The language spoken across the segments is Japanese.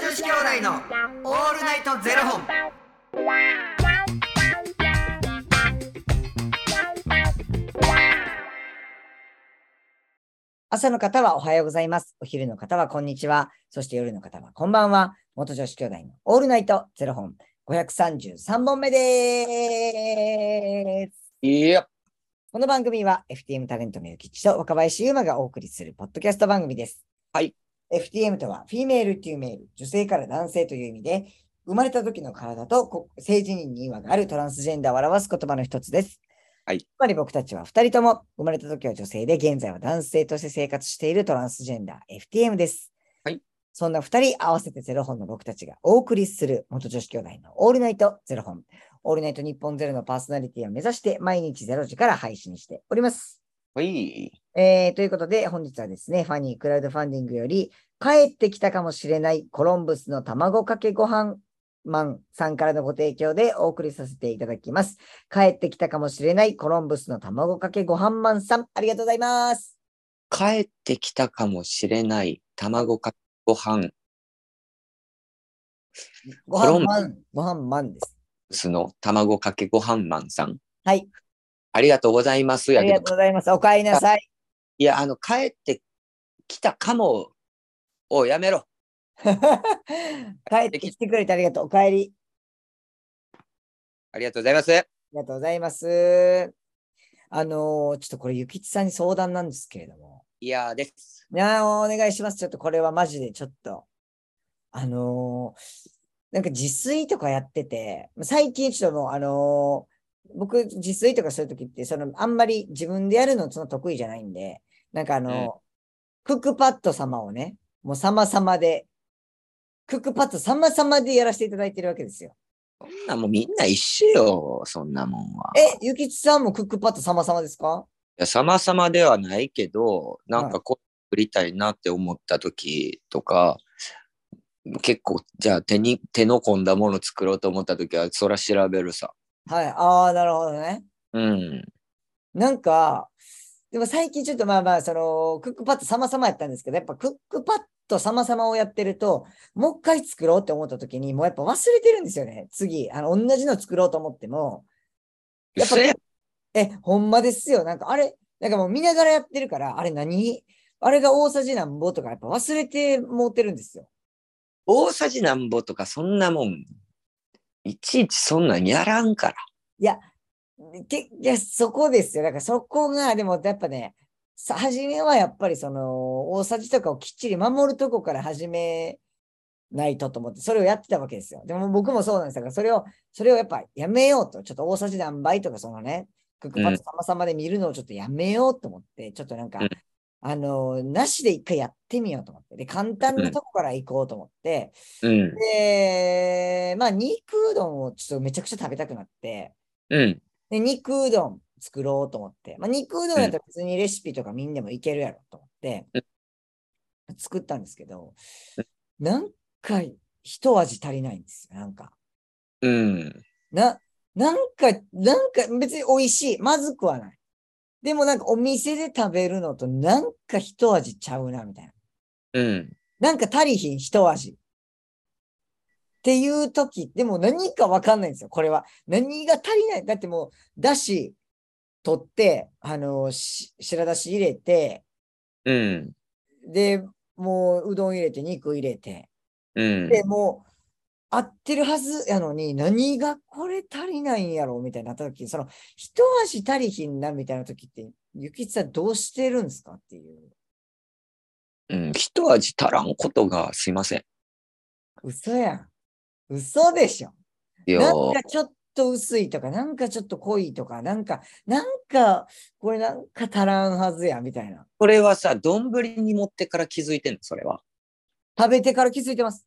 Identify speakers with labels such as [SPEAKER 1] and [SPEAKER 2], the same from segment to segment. [SPEAKER 1] 子兄弟のオールナイトゼロ本。
[SPEAKER 2] 朝の方はおはようございます。お昼の方はこんにちは。そして夜の方はこんばんは。元女子兄弟のオールナイトゼロ本533本目です。
[SPEAKER 3] いや、
[SPEAKER 2] この番組は FTM タレントのゆきちと若林ゆうまがお送りするポッドキャスト番組です。
[SPEAKER 3] はい。
[SPEAKER 2] FTM とはフィメールっていうメール、女性から男性という意味で、生まれた時の体とこ性自認に違和があるトランスジェンダーを表す言葉の一つです。
[SPEAKER 3] はい
[SPEAKER 2] つまり僕たちは2人とも生まれた時は女性で現在は男性として生活しているトランスジェンダー FTM です。
[SPEAKER 3] はい。
[SPEAKER 2] そんな2人合わせてゼロ本の僕たちがお送りする元女子兄弟のオールナイトゼロ本。オールナイト日本ゼロのパーソナリティを目指して毎日ゼロ時から配信しております。
[SPEAKER 3] はい。
[SPEAKER 2] えーということで本日はですね、ファニークラウドファンディングより帰ってきたかもしれないコロンブスの卵かけご飯マンさんからのご提供でお送りさせていただきます。帰ってきたかもしれないコロンブスの卵かけご飯マンさん、ありがとうございます。
[SPEAKER 3] 帰ってきたかもしれない卵かけご飯
[SPEAKER 2] ご
[SPEAKER 3] コロ
[SPEAKER 2] 飯
[SPEAKER 3] ン
[SPEAKER 2] マン、ご飯マンです。
[SPEAKER 3] その卵かけご飯マンさん。
[SPEAKER 2] はい。
[SPEAKER 3] ありがとうございます。
[SPEAKER 2] あ
[SPEAKER 3] や
[SPEAKER 2] り
[SPEAKER 3] け
[SPEAKER 2] が
[SPEAKER 3] ど
[SPEAKER 2] とうございます。お帰りなさい。
[SPEAKER 3] いや、あの、帰ってきたかもをやめろ。
[SPEAKER 2] 帰 ってきてくれてありがとう。お帰り。
[SPEAKER 3] ありがとうございます。
[SPEAKER 2] ありがとうございます。あのーちょっとこれ、ゆきちさんに相談なんですけれども。
[SPEAKER 3] いやです。
[SPEAKER 2] いやーお願いします。ちょっとこれはマジでちょっと。あのーなんか自炊とかやってて、最近ちょっともう、あのー僕、自炊とかするときって、その、あんまり自分でやるのその得意じゃないんで、なんかあのー
[SPEAKER 3] うん
[SPEAKER 2] クックパッド様をね、もう様々で、クックパッド様々でやらせていただいてるわけですよ。
[SPEAKER 3] そんなもうみんな一緒よ。そんなもんは。い
[SPEAKER 2] え、ゆきちさんもクックパッド様々ですか
[SPEAKER 3] や様々ではないけど、なんかこう作りたいなって思った時とか、結構、じゃあ手に、手の込んだもの作ろうと思った時は、そら調べるさ。
[SPEAKER 2] はい。ああ、なるほどね。
[SPEAKER 3] うん。
[SPEAKER 2] なんか、でも最近ちょっとまあまあ、その、クックパッド様々やったんですけど、やっぱクックパッド様々をやってると、もう一回作ろうって思った時に、もうやっぱ忘れてるんですよね。次、あの、同じの作ろうと思っても、やっぱ
[SPEAKER 3] 嘘や
[SPEAKER 2] え、ほんまですよ。なんかあれ、なんかもう見ながらやってるから、あれ何あれが大さじなんぼとか、やっぱ忘れてもうてるんですよ。
[SPEAKER 3] 大さじなんぼとかそんなもん、いちいちそんなんやらんから。
[SPEAKER 2] けいや、そこですよ。だからそこが、でもやっぱね、さ初めはやっぱりその、大さじとかをきっちり守るとこから始めないとと思って、それをやってたわけですよ。でも僕もそうなんですだから、それを、それをやっぱやめようと、ちょっと大さじ何倍とか、そのね、クックパッド様々で見るのをちょっとやめようと思って、ちょっとなんか
[SPEAKER 3] うん、
[SPEAKER 2] あの、なしで一回やってみようと思って、で、簡単なとこから行こうと思って、
[SPEAKER 3] うん。
[SPEAKER 2] で、まあ、肉うどんをちょっとめちゃくちゃ食べたくなって、
[SPEAKER 3] うん。
[SPEAKER 2] で、肉うどん作ろうと思って。まあ、肉うどんやったら別にレシピとかみんでもいけるやろと思って、作ったんですけど、なんか一味足りないんですよ。なんか。
[SPEAKER 3] うん。
[SPEAKER 2] な、なんか、なんか別に美味しい。まずくはない。でもなんかお店で食べるのとなんか一味ちゃうな、みたいな。
[SPEAKER 3] うん。
[SPEAKER 2] なんか足りひん一味。っていう時、でも何かわかんないんですよ、これは。何が足りない。だってもう、だし、取って、あの、し白だし入れて、
[SPEAKER 3] うん。
[SPEAKER 2] で、もう、うどん入れて、肉入れて。
[SPEAKER 3] うん。
[SPEAKER 2] で、もう、合ってるはずやのに、何がこれ足りないんやろみたいになった時、その、一味足りひんな、みたいな時って、ゆきちさんどうしてるんですかっていう。
[SPEAKER 3] うん。一味足らんことがすいません。
[SPEAKER 2] 嘘やん。嘘でしょ。なん
[SPEAKER 3] よ
[SPEAKER 2] かちょっと薄いとか、なんかちょっと濃いとか、なんか、なんか、これなんか足らんはずや、みたいな。
[SPEAKER 3] これはさ、丼に持ってから気づいてんのそれは。
[SPEAKER 2] 食べてから気づいてます。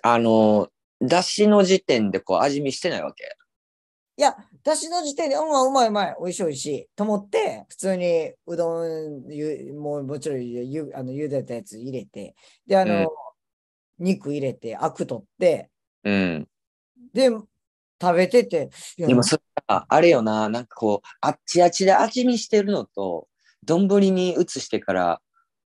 [SPEAKER 3] あの、だしの時点でこう味見してないわけ。
[SPEAKER 2] 私の時点で、うん、うまいうまい、美味しい美味しい、と思って、普通にうどん、ゆもうもちろんゆゆあの茹でたやつ入れて、で、あの、
[SPEAKER 3] うん
[SPEAKER 2] 肉入れて、アク取って、
[SPEAKER 3] うん。
[SPEAKER 2] で、食べてて、いや
[SPEAKER 3] でもそれは、あれよな、なんかこう、あっちあっちで味見してるのと、丼に移してから、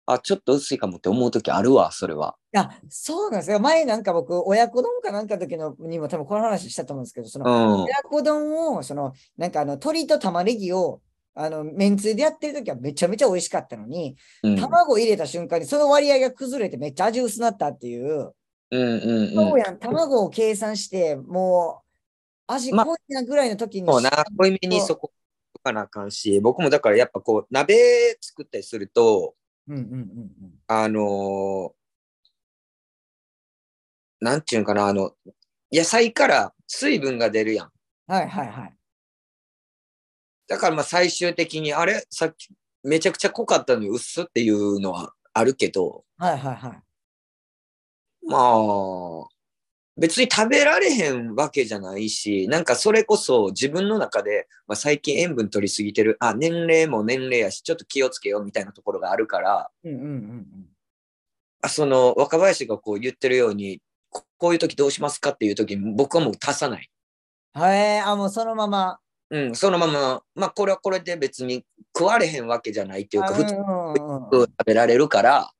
[SPEAKER 3] あ、ちょっと薄いかもって思う時あるわ、それは。
[SPEAKER 2] あ、そうなんですよ。前なんか僕、親子丼かなんかの時のにも多分この話したと思うんですけど、その、
[SPEAKER 3] うん。
[SPEAKER 2] 親子丼を、その、なんかあの、鶏と玉ねぎを、あの、めんつゆでやってる時はめちゃめちゃ美味しかったのに、
[SPEAKER 3] うん。
[SPEAKER 2] 卵入れた瞬間にその割合が崩れてめっちゃ味薄なったっていう。
[SPEAKER 3] うんうん。
[SPEAKER 2] そううんやん、卵を計算して、もう、味
[SPEAKER 3] ま
[SPEAKER 2] 濃いなぐらいの時に、
[SPEAKER 3] そうな、濃いめにそことかなあかんし、僕もだからやっぱこう、鍋作ったりすると、
[SPEAKER 2] うんうんうんうん。
[SPEAKER 3] あのーなんていうんかな、あの、野菜から水分が出るやん。
[SPEAKER 2] はいはいはい。
[SPEAKER 3] だからまあ最終的に、あれさっきめちゃくちゃ濃かったのに薄っていうのはあるけど、
[SPEAKER 2] はいはいはい。
[SPEAKER 3] まあ、別に食べられへんわけじゃないし、なんかそれこそ自分の中で、まあ、最近塩分取りすぎてる、あ、年齢も年齢やし、ちょっと気をつけようみたいなところがあるから、
[SPEAKER 2] うんうんうんうん。
[SPEAKER 3] あその若林がこう言ってるように、ここういう時どうしますかっていう時に僕はもう足さない。
[SPEAKER 2] はい、あ、もうそのまま。
[SPEAKER 3] うん、そのまま、まあこれはこれで別に食われへんわけじゃないっていうか、
[SPEAKER 2] あ
[SPEAKER 3] 普通に
[SPEAKER 2] うんうんうんうん
[SPEAKER 3] 食べられるから、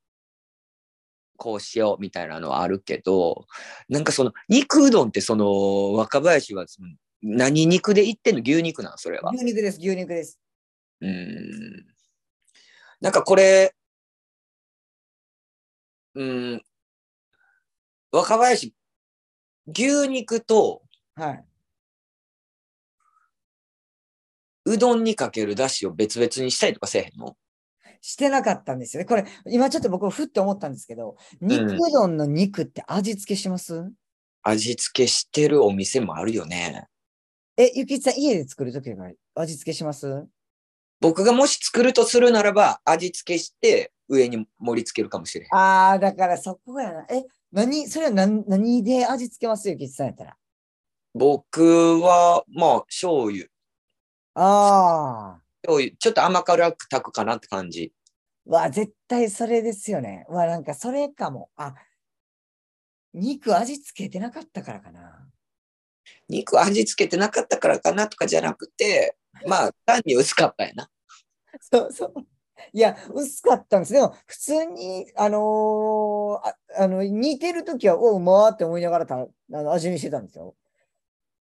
[SPEAKER 3] こうしようみたいなのはあるけど、なんかその肉うどんってその若林はその何肉で言ってんの牛肉なんそれは。
[SPEAKER 2] 牛肉です、牛肉です。
[SPEAKER 3] うん。なんかこれ、うん、若林、牛肉と
[SPEAKER 2] はい。
[SPEAKER 3] うどんにかけるだしを別々にしたりとかせえへんの
[SPEAKER 2] してなかったんですよね。これ、今ちょっと僕、ふっと思ったんですけど、肉うどんの肉って味付けします、
[SPEAKER 3] 味付けしてるお店もあるよね。
[SPEAKER 2] え、ゆきちさん、家で作るときは味付けします
[SPEAKER 3] 僕がもし作るとするならば、味付けして上に盛り付けるかもしれへん。
[SPEAKER 2] ああ、だからそこやな。え、何、それは何何で味付けますゆきちさんやったら。
[SPEAKER 3] 僕は、まあ、醤油。
[SPEAKER 2] ああ。
[SPEAKER 3] 醤油、ちょっと甘辛く炊くかなって感じ。
[SPEAKER 2] うわ、絶対それですよね。うわ、なんかそれかも。あ、肉味付けてなかったからかな。
[SPEAKER 3] 肉味付けてなかったからかなとかじゃなくて、まあ、単に薄かったやな。
[SPEAKER 2] そうそう。いや、薄かったんです。でも、普通に、あのーああの、似てるときは、おう、うまーって思いながらたあの味見してたんですよ。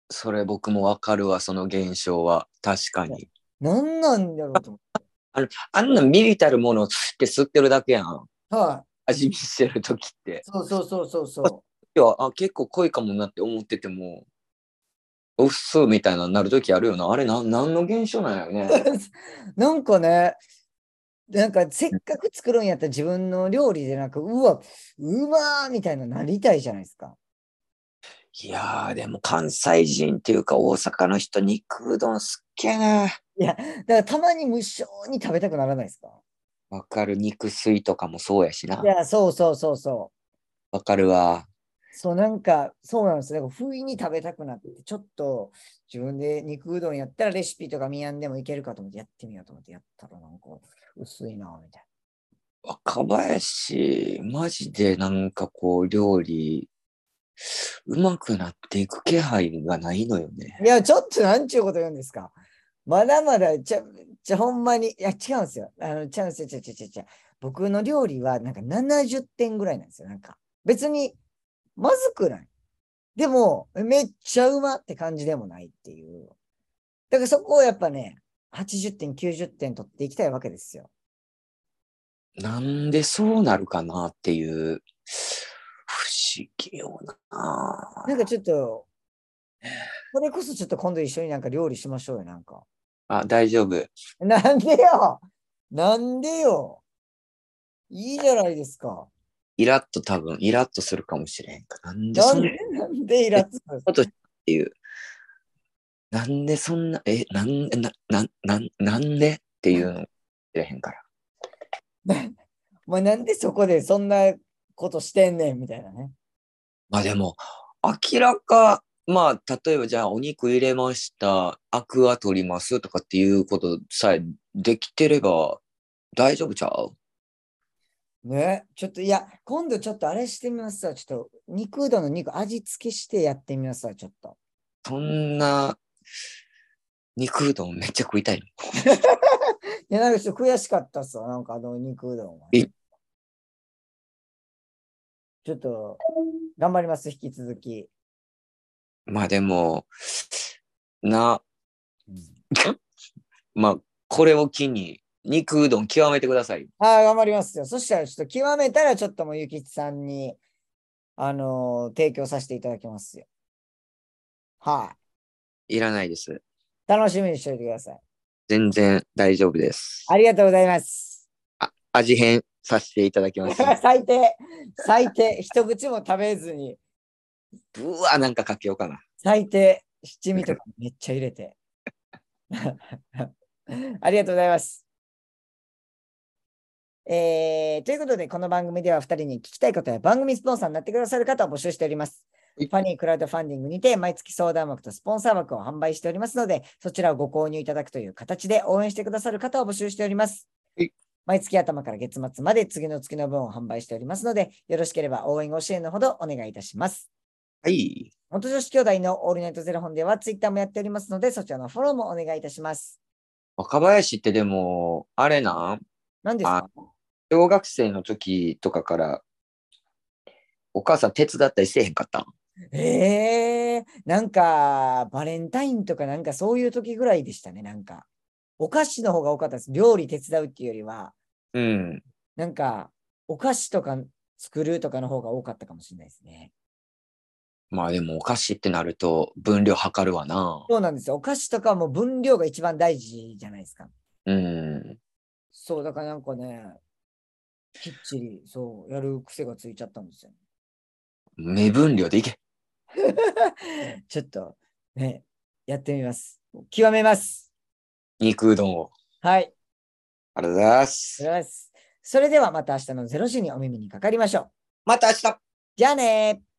[SPEAKER 3] それ僕もわかるわ、その現象は。確かに。
[SPEAKER 2] なんなんだろうと思っ
[SPEAKER 3] あんなミリたるものを吸って吸ってるだけやん。
[SPEAKER 2] て。はい。
[SPEAKER 3] 味見してる時って。
[SPEAKER 2] そうそうそうそうそ
[SPEAKER 3] いや、あ、結構濃いかもなって思ってても、うっすみたいななる時あるよな。あれ、なん、なんの現象なんやろね。
[SPEAKER 2] う。なんかね、なんか、せっかく作るんやったら自分の料理でなんか、うわ、うまーみたいななりたいじゃないですか。
[SPEAKER 3] いやー、でも関西人っていうか大阪の人、肉うどんすっげえな。
[SPEAKER 2] だから、たまに無性に食べたくならないですか。
[SPEAKER 3] わかる、肉水とかもそうやしない
[SPEAKER 2] や、そうそうそうそう。
[SPEAKER 3] わかるわ。
[SPEAKER 2] そう、なんか、そうなんですよ。なんか不意に食べたくなって、ちょっと自分で肉うどんやったらレシピとか見やんでもいけるかと思ってやってみようと思ってやったらなんか薄いなぁみたい
[SPEAKER 3] 若林、マジでなんかこう、料理、うまくなっていく気配がないのよね。
[SPEAKER 2] な。いや、ちょっとなんちゅうこと言うんですか。まだまだ、ちゃ、ちゃ、ほんまに、いや、違うんですよ。あの、違うんですよ、違う違う違う違う。僕の料理はなんか70点ぐらいなんですよ。なんか、別に、まずくない。でも、めっちゃうまって感じでもないっていう。だからそこをやっぱね、80点、90点取っていきたいわけですよ。
[SPEAKER 3] なんでそうなるかなっていう、不思議よな。
[SPEAKER 2] なんかちょっと、これこそちょっと今度一緒になんか料理しましょうよ、なんか。
[SPEAKER 3] あ、大丈夫。
[SPEAKER 2] なんでよなんでよいいじゃないですか。
[SPEAKER 3] イラッと多分、イラッとするかもしれんか。なんで
[SPEAKER 2] な
[SPEAKER 3] そ
[SPEAKER 2] ん
[SPEAKER 3] んな
[SPEAKER 2] で
[SPEAKER 3] っ
[SPEAKER 2] なんでイラつく の
[SPEAKER 3] ていう。なんでそんな、え、なんで、な、な、なんなんでっていうの、知れへんから。
[SPEAKER 2] まあなんでそこでそんなことしてんねんみたいなね。
[SPEAKER 3] まあでも、明らか、まあ、例えばじゃあ、お肉入れました、アクア取りますとかっていうことさえできてれば大丈夫ちゃう
[SPEAKER 2] ね、ちょっといや、今度ちょっとあれしてみますわ。ちょっと肉うどんの肉味付けしてやってみますわ、ちょっと。
[SPEAKER 3] そんな、肉うどんめっちゃ食いたいの。
[SPEAKER 2] いや、なんかちょっと悔しかったっすわ、なんかあの肉うどんは。
[SPEAKER 3] い
[SPEAKER 2] ちょっと、頑張ります、引き続き。
[SPEAKER 3] まあでも、な、 まあ、これを機に、肉うどん極めてください。
[SPEAKER 2] ああ、頑張りますよ。そしたら、ちょっと極めたら、ちょっともう、ゆきちさんに、あのー提供させていただきますよ。はい、
[SPEAKER 3] いらないです。
[SPEAKER 2] 楽しみにしておいてください。
[SPEAKER 3] 全然大丈夫です。
[SPEAKER 2] ありがとうございます。
[SPEAKER 3] 味変させていただき ました。
[SPEAKER 2] 最低、最低、一口も食べずに、
[SPEAKER 3] うわ、なんかかけようかな。
[SPEAKER 2] 最低、七味とかめっちゃ入れて。 ありがとうございます。えーということで、この番組では2人に聞きたいことや番組スポンサーになってくださる方を募集しております。フ
[SPEAKER 3] はい
[SPEAKER 2] ァニークラウドファンディングにて毎月相談枠とスポンサー枠を販売しておりますので、そちらをご購入いただくという形で応援してくださる方を募集しております
[SPEAKER 3] はい。
[SPEAKER 2] 毎月頭から月末まで次の月の分を販売しておりますので、よろしければ応援ご支援のほどお願いいたします。
[SPEAKER 3] はい。
[SPEAKER 2] 元女子兄弟のオールナイトゼロ本ではツイッターもやっておりますので、そちらのフォローもお願いいたします。
[SPEAKER 3] 若林ってでも、あれなん
[SPEAKER 2] 何ですか
[SPEAKER 3] 小学生の時とかから、お母さん手伝ったりせえへんかったん
[SPEAKER 2] ええなんか、バレンタインとかなんかそういう時ぐらいでしたね、なんか。お菓子の方が多かったです。料理手伝うっていうよりは、
[SPEAKER 3] うん。
[SPEAKER 2] なんか、お菓子とか作るとかの方が多かったかもしれないですね。
[SPEAKER 3] まあでもお菓子ってなると分量測るわな。
[SPEAKER 2] そうなんですよ。お菓子とかはもう分量が一番大事じゃないですか。
[SPEAKER 3] うん。
[SPEAKER 2] そう、だからなんかね、きっちり、そう、やる癖がついちゃったんですよね。
[SPEAKER 3] 目分量でいけ。
[SPEAKER 2] ちょっと、ね、やってみます。極めます。
[SPEAKER 3] 肉うどんを。
[SPEAKER 2] はい。
[SPEAKER 3] ありがとうございます。
[SPEAKER 2] よしそれではまた明日の0時にお耳にかかりましょう。
[SPEAKER 3] また明日
[SPEAKER 2] じゃあねー